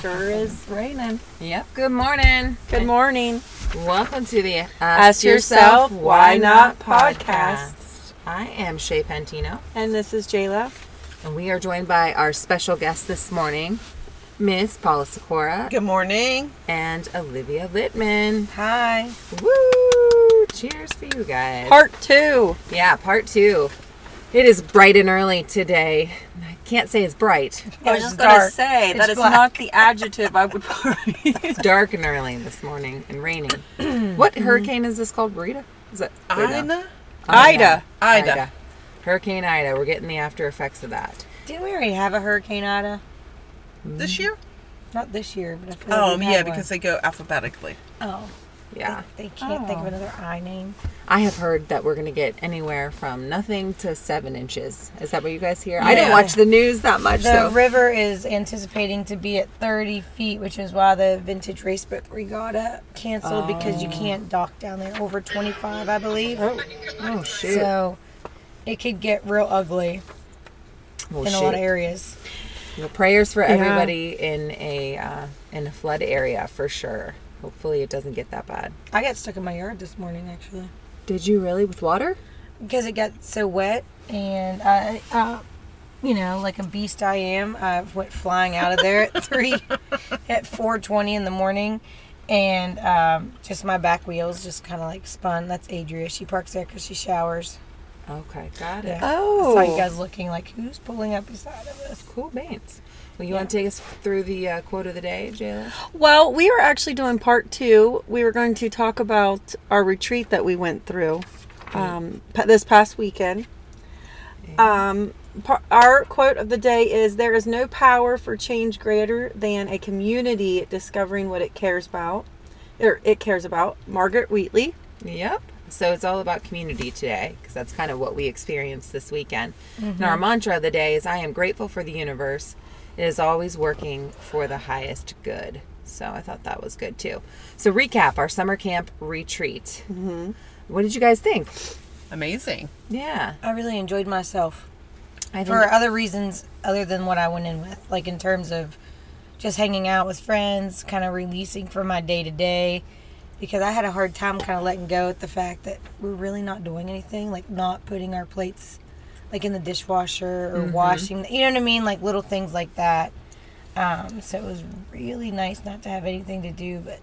Sure is raining. Yep. Good morning. Good morning. Welcome to the Ask, Ask Yourself Why Not podcast. I am Shay Pentino, And this is Jayla. and we are joined by our special guest this morning, Miss Paula Sikora Good morning. and Olivia Littman. Hi. Woo! Cheers for you guys. Part two. yeah, part two. It is bright and early today. I can't say it's bright. I was It's just going to dark. say that It's is black. not the adjective I would put. It's dark and early this morning and raining. what hurricane is this called? Burrito? Is that Rita? Ina. Ida. Ida. Hurricane Ida. We're getting the after effects of that. Didn't we already have a Hurricane Ida? This year? Not this year, but I feel like Oh, we've yeah, had one. because they go alphabetically. oh, Yeah. they can't think of Oh. another I name. I have heard that we're going to get anywhere from nothing to seven inches. Is that what you guys hear? I didn't Yeah. watch the news that much, The so. river is anticipating to be at 30 feet, which is why the vintage racebook regatta canceled because Oh. you can't dock down there over 25, I believe. oh, shoot. So it could get real ugly well, in a lot of areas. Well, prayers for everybody in a uh, in a flood area for sure. Hopefully, it doesn't get that bad. I got stuck in my yard this morning actually Did you really with water? because it got so wet and I, uh, you know, like a beast I am, I went flying out of there at three, at 4:20 in the morning, and um, just my back wheels just kind of like spun. That's Adria. She parks there because she showers. Okay, got it. Yeah. Oh. I saw you guys looking like, who's pulling up beside of us? Cool beans. Well, you want to take us through the uh, quote of the day, Jayla? Well, we were actually doing part two. We were going to talk about our retreat that we went through um, pa- this past weekend. Um, par- our quote of the day is There is no power for change greater than a community discovering what it cares about, or it cares about. Margaret Wheatley. Yep. So it's all about community today because that's kind of what we experienced this weekend. And our mantra of the day is I am grateful for the universe. It is always working for the highest good. So I thought that was good too. So recap our summer camp retreat. Mm-hmm. What did you guys think? Amazing. Yeah. I really enjoyed myself I think for other reasons other than what I went in with, like in terms of just hanging out with friends, kind of releasing from my day to day. Because I had a hard time kind of letting go at the fact that we're really not doing anything, like not putting our plates like in the dishwasher or washing, you know what I mean? Like little things like that. Um, so it was really nice not to have anything to do, but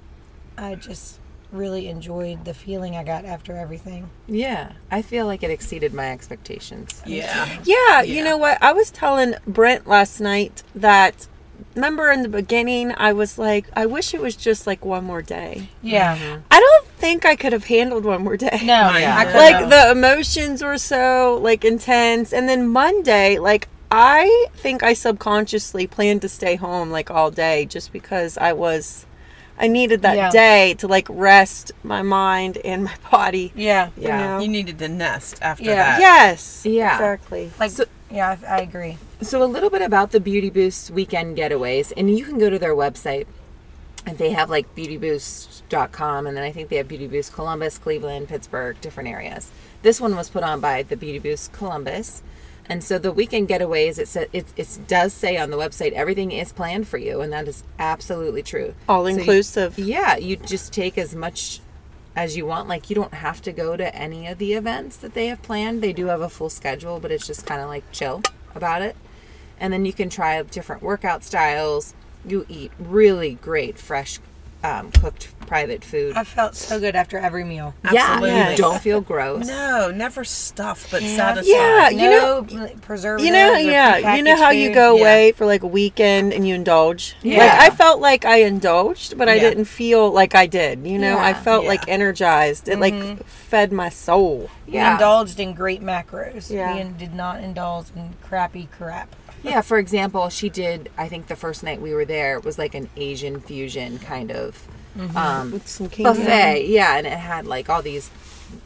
I just really enjoyed the feeling I got after everything. yeah. I feel like it exceeded my expectations. Yeah. Yeah, you Yeah. know what? I was telling Brent last night that. Remember in the beginning, I was like, I wish it was just like one more day. Yeah. I don't think I could have handled one more day. No, Yeah. I couldn't Like have. the emotions were so like intense and then Monday like I think I subconsciously planned to stay home like all day just because I was I needed that Yeah. day to like rest my mind and my body. yeah, You Yeah. know? You needed to nest after Yeah. that. Yes. Yeah. Exactly. like yeah, I, I agree. So, a little bit about the Beauty Boost weekend getaways, and you can go to their website. And they have like beautyboost.com, and then I think they have Beauty Boost Columbus, Cleveland, Pittsburgh, different areas. This one was put on by the Beauty Boost Columbus. And so the weekend getaways, it, sa- it, it does say on the website, everything is planned for you, and that is absolutely true. All So you- inclusive. yeah, you just take as much as you want. Like you don't have to go to any of the events that they have planned. They do have a full schedule, but it's just kind of like chill about it. And then you can try different workout styles. You eat really great fresh um, cooked private food. I felt so good after every meal. Absolutely. Yeah, you don't feel gross. No, never stuff, but satisfied. Yeah. you no pl- preservatives. You know, or yeah. You know prepackaged how you food. go yeah. away for like a weekend and you indulge? Like Yeah. I felt like I indulged, but I Yeah. didn't feel like I did. You know, I Yeah. felt Yeah. like energized. It like fed my soul. We Yeah. indulged in great macros. Yeah. We in- did not indulge in crappy crap. Yeah, for example, she did, I think the first night we were there was like an Asian fusion kind of um, Mm-hmm. Some buffet. Yeah, and it had like all these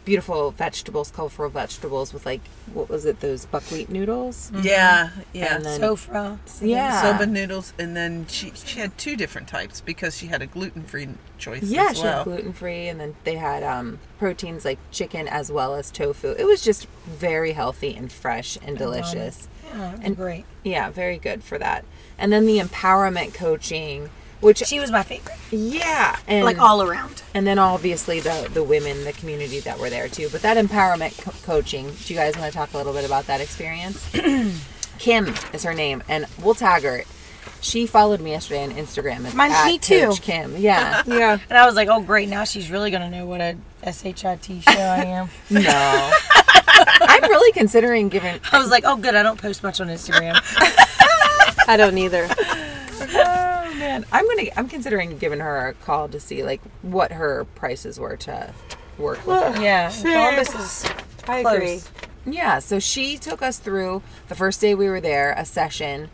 beautiful vegetables, colorful vegetables with like what was it? Those buckwheat noodles. Mm-hmm. Yeah, yeah. And then- Oh, Sofra. Yeah. Soba noodles, and then she she had two different types because she had a gluten free choice. Yeah, as she well. had gluten free, and then they had um, proteins like chicken as well as tofu. It was just very healthy and fresh and delicious. Yeah, it was And- great. Yeah, very good for that. And then the empowerment coaching, which She was my favorite, yeah, Hmm. and like all around. and then obviously the the women, the community that were there too. But that empowerment co- coaching, do you guys want to talk a little bit about that experience? Kim is her name, and we'll tag her. She followed me yesterday on Instagram. It's Mine- at me too. Coach Kim. Yeah. Yeah. And I was like, oh, great. Now she's really going to know what a SHIT show I am. No. I'm really considering giving. I was like, oh, good. I don't post much on Instagram. I don't either. Oh man, I'm gonna. I'm considering giving her a call to see like what her prices were to work with. Her. yeah. Columbus is I Close. agree. Yeah. So she took us through the first day we were there a session.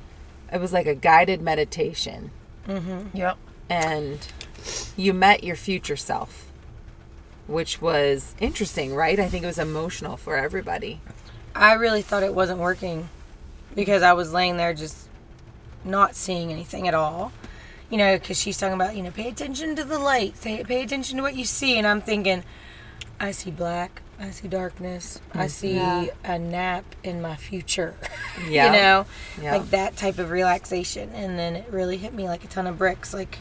It was like a guided meditation, Yep. and you met your future self, which was interesting, right? I think it was emotional for everybody. I really thought it wasn't working because I was laying there just not seeing anything at all. You know, because she's talking about, you know, pay attention to the light, pay, pay attention to what you see. And I'm thinking, I see black, I see darkness, Mm. I see Yeah. a nap in my future. Yeah. you know, Yeah. like that type of relaxation. And then it really hit me like a ton of bricks. Like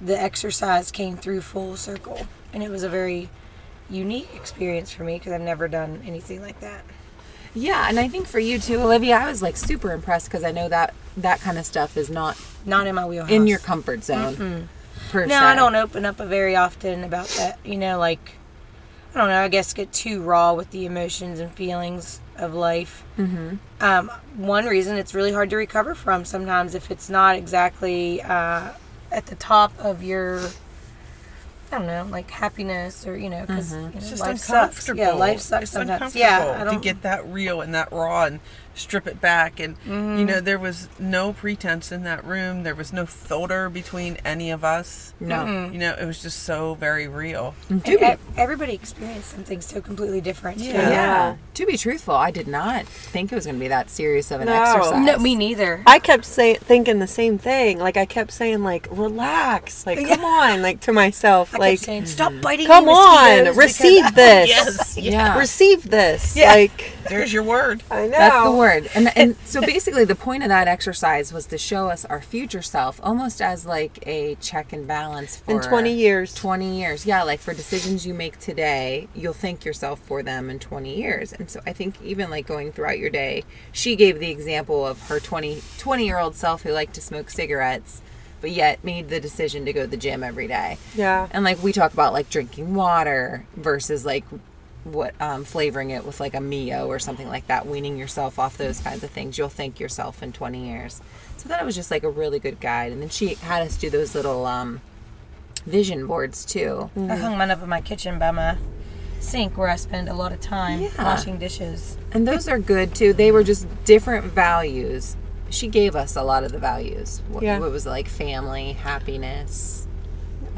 the exercise came through full circle. And it was a very unique experience for me because I've never done anything like that. Yeah, and I think for you too, Olivia, I was like super impressed because I know that that kind of stuff is not Not in my wheelhouse. in your comfort zone. Per No, I se. don't open up very often about that. You know, like I don't know. I guess get too raw with the emotions and feelings of life. Mm-hmm. Um, one reason it's really hard to recover from sometimes if it's not exactly uh, at the top of your. I don't know, like happiness or you know, because Mm-hmm. you know, It's just life sucks. uncomfortable. Yeah, life sucks it's sometimes. Uncomfortable Yeah, I to don't. get that real and that raw and strip it back. And Mm-hmm. you know, there was no pretense in that room. There was no filter between any of us. No. You know, it was just so very real. To be, e- everybody experienced something so completely different. Yeah. too. yeah. To be truthful, I did not think it was going to be that serious of an No. exercise. No, me neither. I kept say, thinking the same thing. Like I kept saying, like relax, like come on, like to myself, I like kept saying, "Stop biting me, come mosquitoes," on, because receive this, Yeah. receive this. Yeah. Like There's your word. I know That's the word. And, and so basically, the point of that exercise was to show us our future self almost as like a check and balance for In 20 years, 20 years. Yeah, like for decisions you make today, you'll thank yourself for them in 20 years. And so I think even like going throughout your day, she gave the example of her 20 20 year old self who liked to smoke cigarettes, but yet made the decision to go to the gym every day. yeah, And like we talk about like drinking water versus like what um, flavoring it with like a Mio or something like that, weaning yourself off those kinds of things. You'll thank yourself in 20 years. So that was just like a really good guide. And then she had us do those little um, vision boards too. Mm. I hung mine up in my kitchen by my sink where I spend a lot of time Yeah. washing dishes. And those are good too. They were just different values. She gave us a lot of the values. What, Yeah. what was like family, happiness,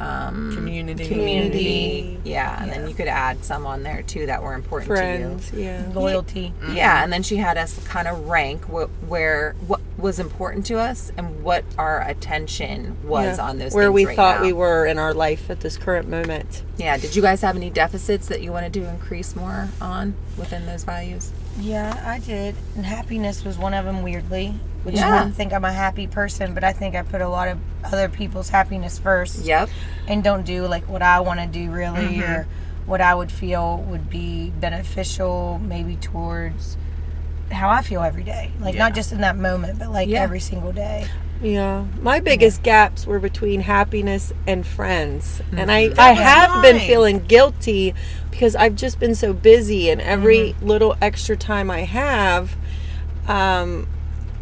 Community. community. Yeah. And then you could add some on there too that were important to you. friends, yeah, Loyalty. Yeah, and then she had us kind of rank what where what was important to us and what our attention was Yeah. on those where things we right thought now. we were in our life at this current moment. Yeah, did you guys have any deficits that you wanted to increase more on within those values? Yeah, I did. And happiness was one of them, weirdly. Which Yeah. I don't think I'm a happy person, but I think I put a lot of other people's happiness first. Yep. And don't do like what I want to do really or what I would feel would be beneficial maybe towards how I feel every day. Like not just in that moment, but like Yeah. every single day. Yeah, my biggest gaps were between happiness and friends, and I I have been mine. feeling guilty because I've just been so busy, and every little extra time I have, um,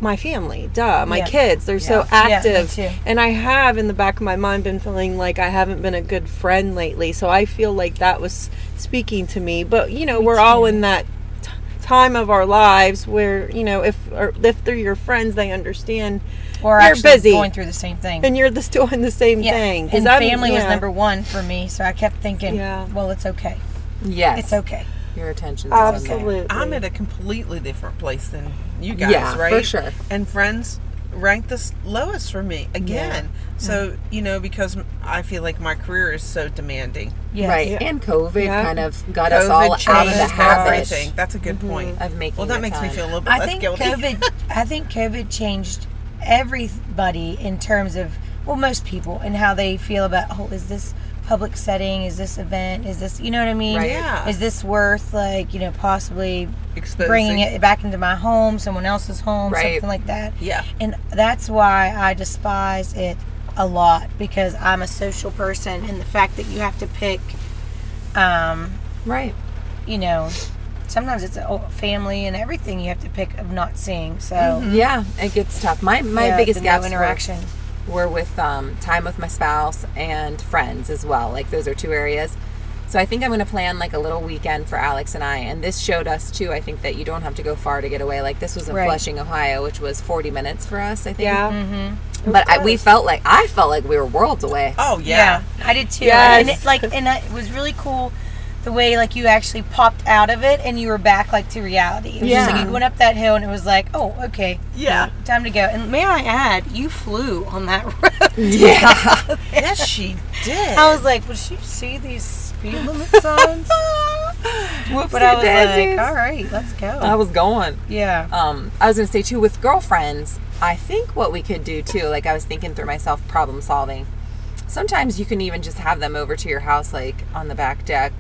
my family, duh, my Yeah. kids, they're so Yeah. Yeah, me active, too. and I have in the back of my mind been feeling like I haven't been a good friend lately, so I feel like that was speaking to me, but you know we're all in that t- time of our lives where you know if or if they're your friends they understand Or You're actually busy. going through the same thing. and you're just doing the same Yeah. thing. 'Cause And I'm- family was yeah. number one for me, so I kept thinking, Yeah. well, it's okay. Yes. It's okay. Your attention's okay. Absolutely. I'm at a completely different place than you guys, Yeah, for right? sure. And friends rank the s- lowest for me again. So you know, because m- I feel like my career is so demanding. Yes. Right. Yeah. And COVID Yeah. kind of got us all changed out of the habit Mm-hmm. everything. That's a good point. of making Well, that the makes me time. feel a little bit I less think guilty. COVID. I think COVID changed everybody in terms of well, most people and how they feel about oh, is this public setting? Is this event? Is this you know what I mean? Right. Yeah. Is this worth like you know possibly Exposing. bringing it back into my home, someone else's home, Right. something like that? Yeah. And that's why I despise it a lot because I'm a social person, and the fact that you have to pick, um, Right. you know, sometimes it's a family and everything you have to pick of not seeing. So Yeah, it gets tough. My Mm-hmm. my Yeah, biggest the gaps no were- interaction. were, with um, time with my spouse and friends as well. Like those are two areas. So I think I'm going to plan like a little weekend for Alex and I. And this showed us too. I think that you don't have to go far to get away. Like this was in Right. Flushing, Ohio, which was 40 minutes for us. I think. Yeah. But I, we felt like I felt like we were worlds away. Oh Yeah. yeah. I did too. Yes. And it, like, and it was really cool the way like you actually popped out of it and you were back like to reality. It was just Yeah. like you went up that hill and it was like, oh, okay, Yeah. time to go. And may I add, you flew on that road. Yeah. yes, she did. I was like, would you see these speed limit signs? Whoopsie but I was daisies. like, all right, let's go. I was going. yeah. um, I was going to say too with girlfriends. I think what we could do too, like I was thinking through myself, problem solving. Sometimes you can even just have them over to your house, like on the back deck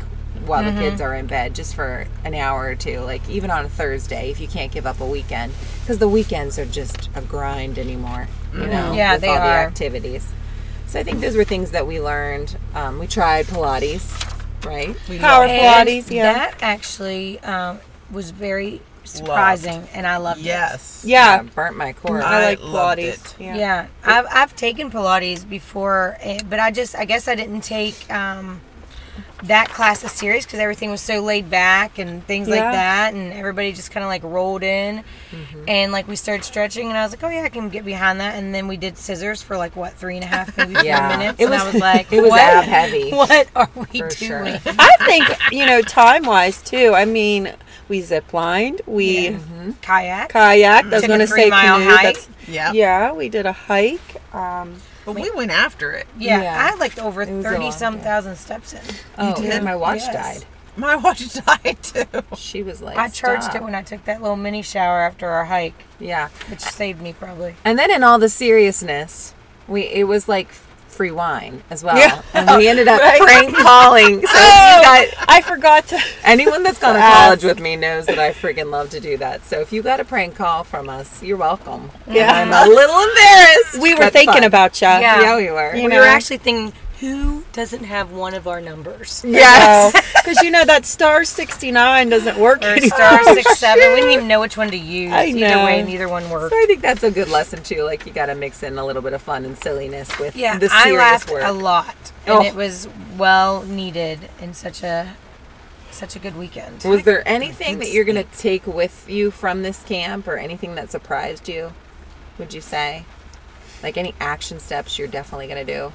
while Mm-hmm. the kids are in bed, just for an hour or two. Like even on a Thursday, if you can't give up a weekend, because the weekends are just a grind anymore. You know, Mm-hmm. Yeah, with they all the are. activities. So I think those were things that we learned. Um, we tried Pilates, right? we Power love- And Pilates. Yeah. That actually um, was very surprising and I loved it. Yes. yeah. burnt my core. Mm, I, I like loved Pilates. it. Yeah. Yeah, I've, I've taken Pilates before, eh, but I just I guess I didn't take um, that class as serious because everything was so laid back and things Yeah. like that, and everybody just kind of like rolled in, Mm-hmm. and like we started stretching, and I was like, oh yeah, I can get behind that, and then we did scissors for like what three and a half maybe Yeah. four minutes, It and I was- was like, it was what? ab heavy. What are we For doing? sure. I think you know time wise too. I mean, we zip lined, we Kayak. kayak. I was Took a going to say three-mile canoe. hike. That's, Yeah. yeah, we did a hike. Um, But we went after it. Yeah, Yeah. I had like over was a thirty long some day. thousand steps in. oh, did? and my watch Yes. died. My watch died too. She was like, I charged "Stop." it when I took that little mini shower after our hike, Yeah. which saved me probably. And then in all the seriousness, we it was like free wine as well. Yeah. And we ended up Right. prank calling. So if Oh! you got I forgot to. anyone that's gone to Yes. college with me knows that I freaking love to do that. So if you got a prank call from us, you're welcome. Yeah, I'm a little embarrassed. we were but thinking fun. about you. Yeah. Yeah, we were. You we know? were actually thinking, who doesn't have one of our numbers? Yes. because you know that star sixty nine doesn't work Or anymore. star six seven. Oh, We didn't even know which one to use. I Either know. way, neither one worked. So I think that's a good lesson too. Like you got to mix in a little bit of fun and silliness with Yeah, the serious I laughed work. a lot, Oh. and it was well needed in such a such a good weekend. Was there anything that you're going to take with you from this camp or anything that surprised you? Would you say? Like any action steps you're definitely going to do?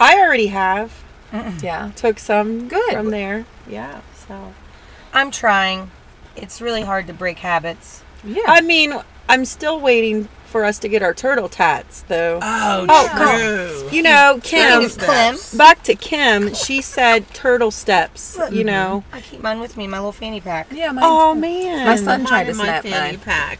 I already have Yeah. took some Good. from there. Yeah, so I'm trying. It's really hard to break habits. Yeah. I mean, I'm still waiting for us to get our turtle tats though. Oh, Oh, true. you know, Speaking Kim. of Clem, Back to Kim, she said turtle steps. You know. I keep mine with me, my little fanny pack. yeah, mine, Oh man, Mm-hmm. my son Mine tried in to my snap fanny mine. pack.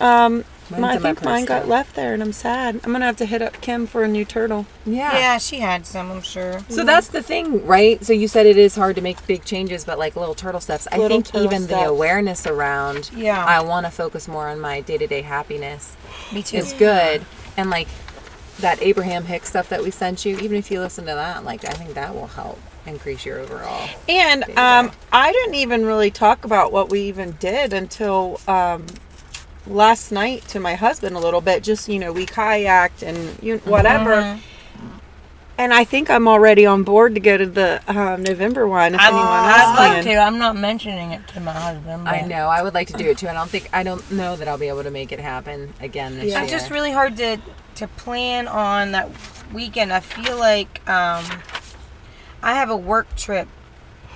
Um, Mine's my- I in my think mine purse, got though. left there, and I'm sad. I'm gonna have to hit up Kim for a new turtle. Yeah. Yeah, she had some, I'm sure. So that's the thing, right? So you said it is hard to make big changes, but like little turtle steps. I Little think turtle even the steps. awareness around, Yeah. I want to focus more on my day to day happiness Me too. is good. And like that Abraham Hicks stuff that we sent you, even if you listen to that, like I think that will help increase your overall. And um, I didn't even really talk about what we even did until um, last night to my husband a little bit. Just you know, we kayaked and you whatever. And I think I'm already on board to go to the um, November one. If I, anyone I'd like else to. can. I'm not mentioning it to my husband. I but- know. I would like to do it too. I don't think I don't know that I'll be able to make it happen again this Yeah. year. It's just really hard to to plan on that weekend. I feel like um, I have a work trip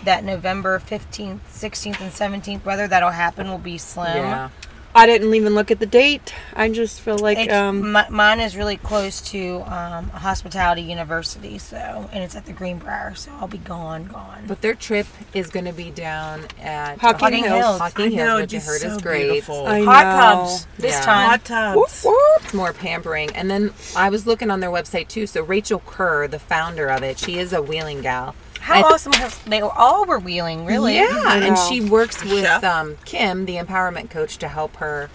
that November 15th, 16th, and 17th, whether that'll happen will be slim. Yeah. I didn't even look at the date. I just feel like It's, um, mi- mine is really close to um, a hospitality university, so and it's at the Greenbrier, so I'll be gone, gone. But their trip is going to be down at Hocking Hocking Hills. Hills. Hocking I know, Hills, which it'd be I heard so is great. beautiful. I Hot know. tubs this Yeah. time. Hot tubs. Whoop, whoop. It's more pampering. And then I was looking on their website too. So Rachel Kerr, the founder of it, she is a wheeling gal. How I th- awesome! was- They all were wheeling, really. Yeah, and know. she works with Chef. um, Kim, the empowerment coach, to help her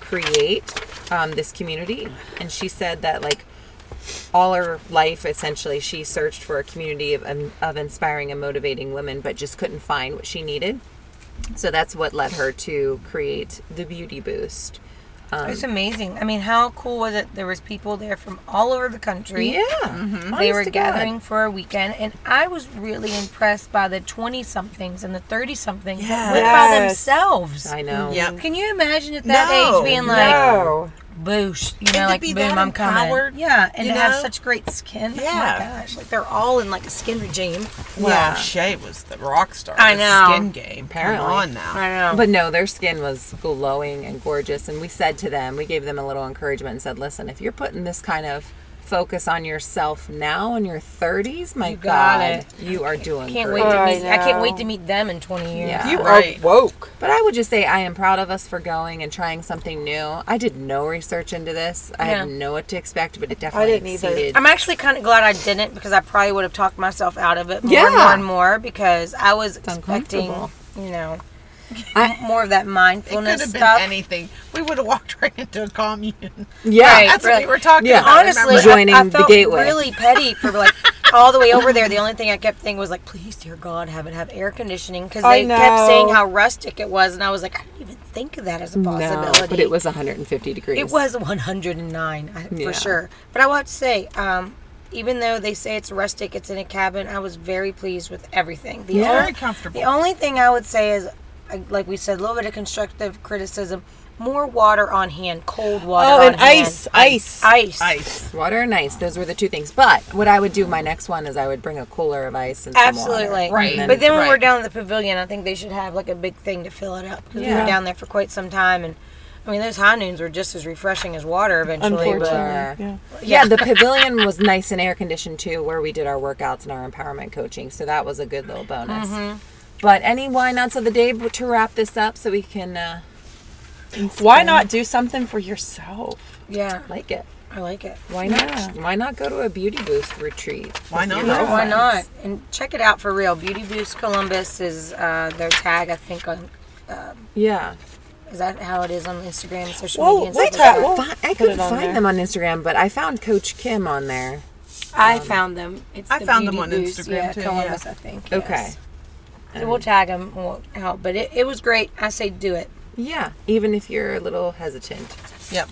create um, this community. And she said that like all her life, essentially, she searched for a community of, um, of inspiring and motivating women, but just couldn't find what she needed. So that's what led her to create the Beauty Boost. It was amazing. I mean, how cool was it? There was people there from all over the country. Yeah, Mm-hmm. They Honest were to God. gathering for a weekend, and I was really impressed by the 20 somethings and the 30 somethings that went by Yes. themselves. I know. Yep. Can you imagine at that No, age being like, no. boosh, you to know, like, be boom, that I'm coming. empowered, yeah, and you to have know? such great skin. Yeah. Oh my gosh, like they're all in like a skin regime. Well, Yeah. Shay was the rock star. I of the know. Skin game. Apparently. Come on now. know. But no, their skin was glowing and gorgeous. And we said to them, we gave them a little encouragement and said, listen, if you're putting this kind of focus on yourself now in your 30s, my got God, it. you are doing can't wait great. to I meet. I, can't know. wait to meet them in 20 years. Yeah. You Right. are woke. But I would just say I am proud of us for going and trying something new. I did no research into this. I had Yeah. no what to expect, but it definitely didn't either. exceeded. I'm actually kind of glad I didn't because I probably would have talked myself out of it more and Yeah. more and more because I was expecting, uncomfortable. you know, I- more of that It could mindfulness have been stuff. anything. We would have walked right into a commune. yeah. Right. That's what we were talking Yeah. about. Honestly, remember? Joining I, I the felt gateway. really petty for like all the way over there. The only thing I kept thinking was like, please, dear God, have it have air conditioning because I they kept saying know. how rustic it was, and I was like, I didn't even think of that as a No, possibility. but it was 150 degrees. It was 109 I- Yeah. for sure. But I want to say, um, even though they say it's rustic, it's in a cabin. I was very pleased with everything. The Yeah. Very only, comfortable. the only thing I would say is, uh, like we said, a little bit of constructive criticism. More water on hand, cold water. Oh, on and ice, hand. ice. ice, Ice. Water and ice. Those were the two things. But what I would do, my next one is I would bring a cooler of ice and some water. Absolutely, Right. But then when we're Right. down at the pavilion, I think they should have like a big thing to fill it up. 'Cause We Yeah. were down there for quite some time, and I mean those high noons were just as refreshing as water eventually. Unfortunately. But Or- Yeah. yeah. the pavilion was nice and air conditioned too, where we did our workouts and our empowerment coaching. So that was a good little bonus. But any why nots of the day b- to wrap this up so we can uh, Why not do something for yourself? yeah, like it. I like it. Why not? Why not go to a beauty boost retreat? Why not? Yeah, Oh, why friends. not? And check it out for real. Beauty Boost Columbus is uh, their tag, I think. On Yeah. is that how it is on Instagram, social Whoa, media? and wait stuff like a- that? whoa. Fi- I Put couldn't it on find there. them on Instagram, but I found Coach Kim on there. I found them. It's I the found them Beauty on Boost, Instagram yeah, too, Columbus, I think. Okay. yes. So we'll tag them. We'll help. But it, it was great. I say do it. Yeah. Even if you're a little hesitant,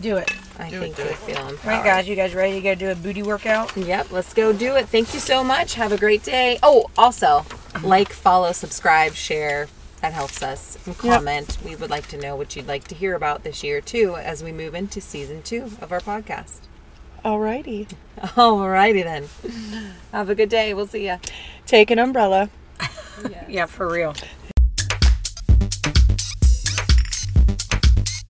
Do it. I Do it, think do you'll it. feel empowered. All right, guys. You guys ready to go do a booty workout? Yep, let's go do it. Thank you so much. Have a great day. Oh, also, like, follow, subscribe, share. That helps us. And comment. We would like to know what you'd like to hear about this year, too, as we move into season two of our podcast. Alrighty. Alrighty then. Have a good day. We'll see ya. Take an umbrella. Yeah, for real.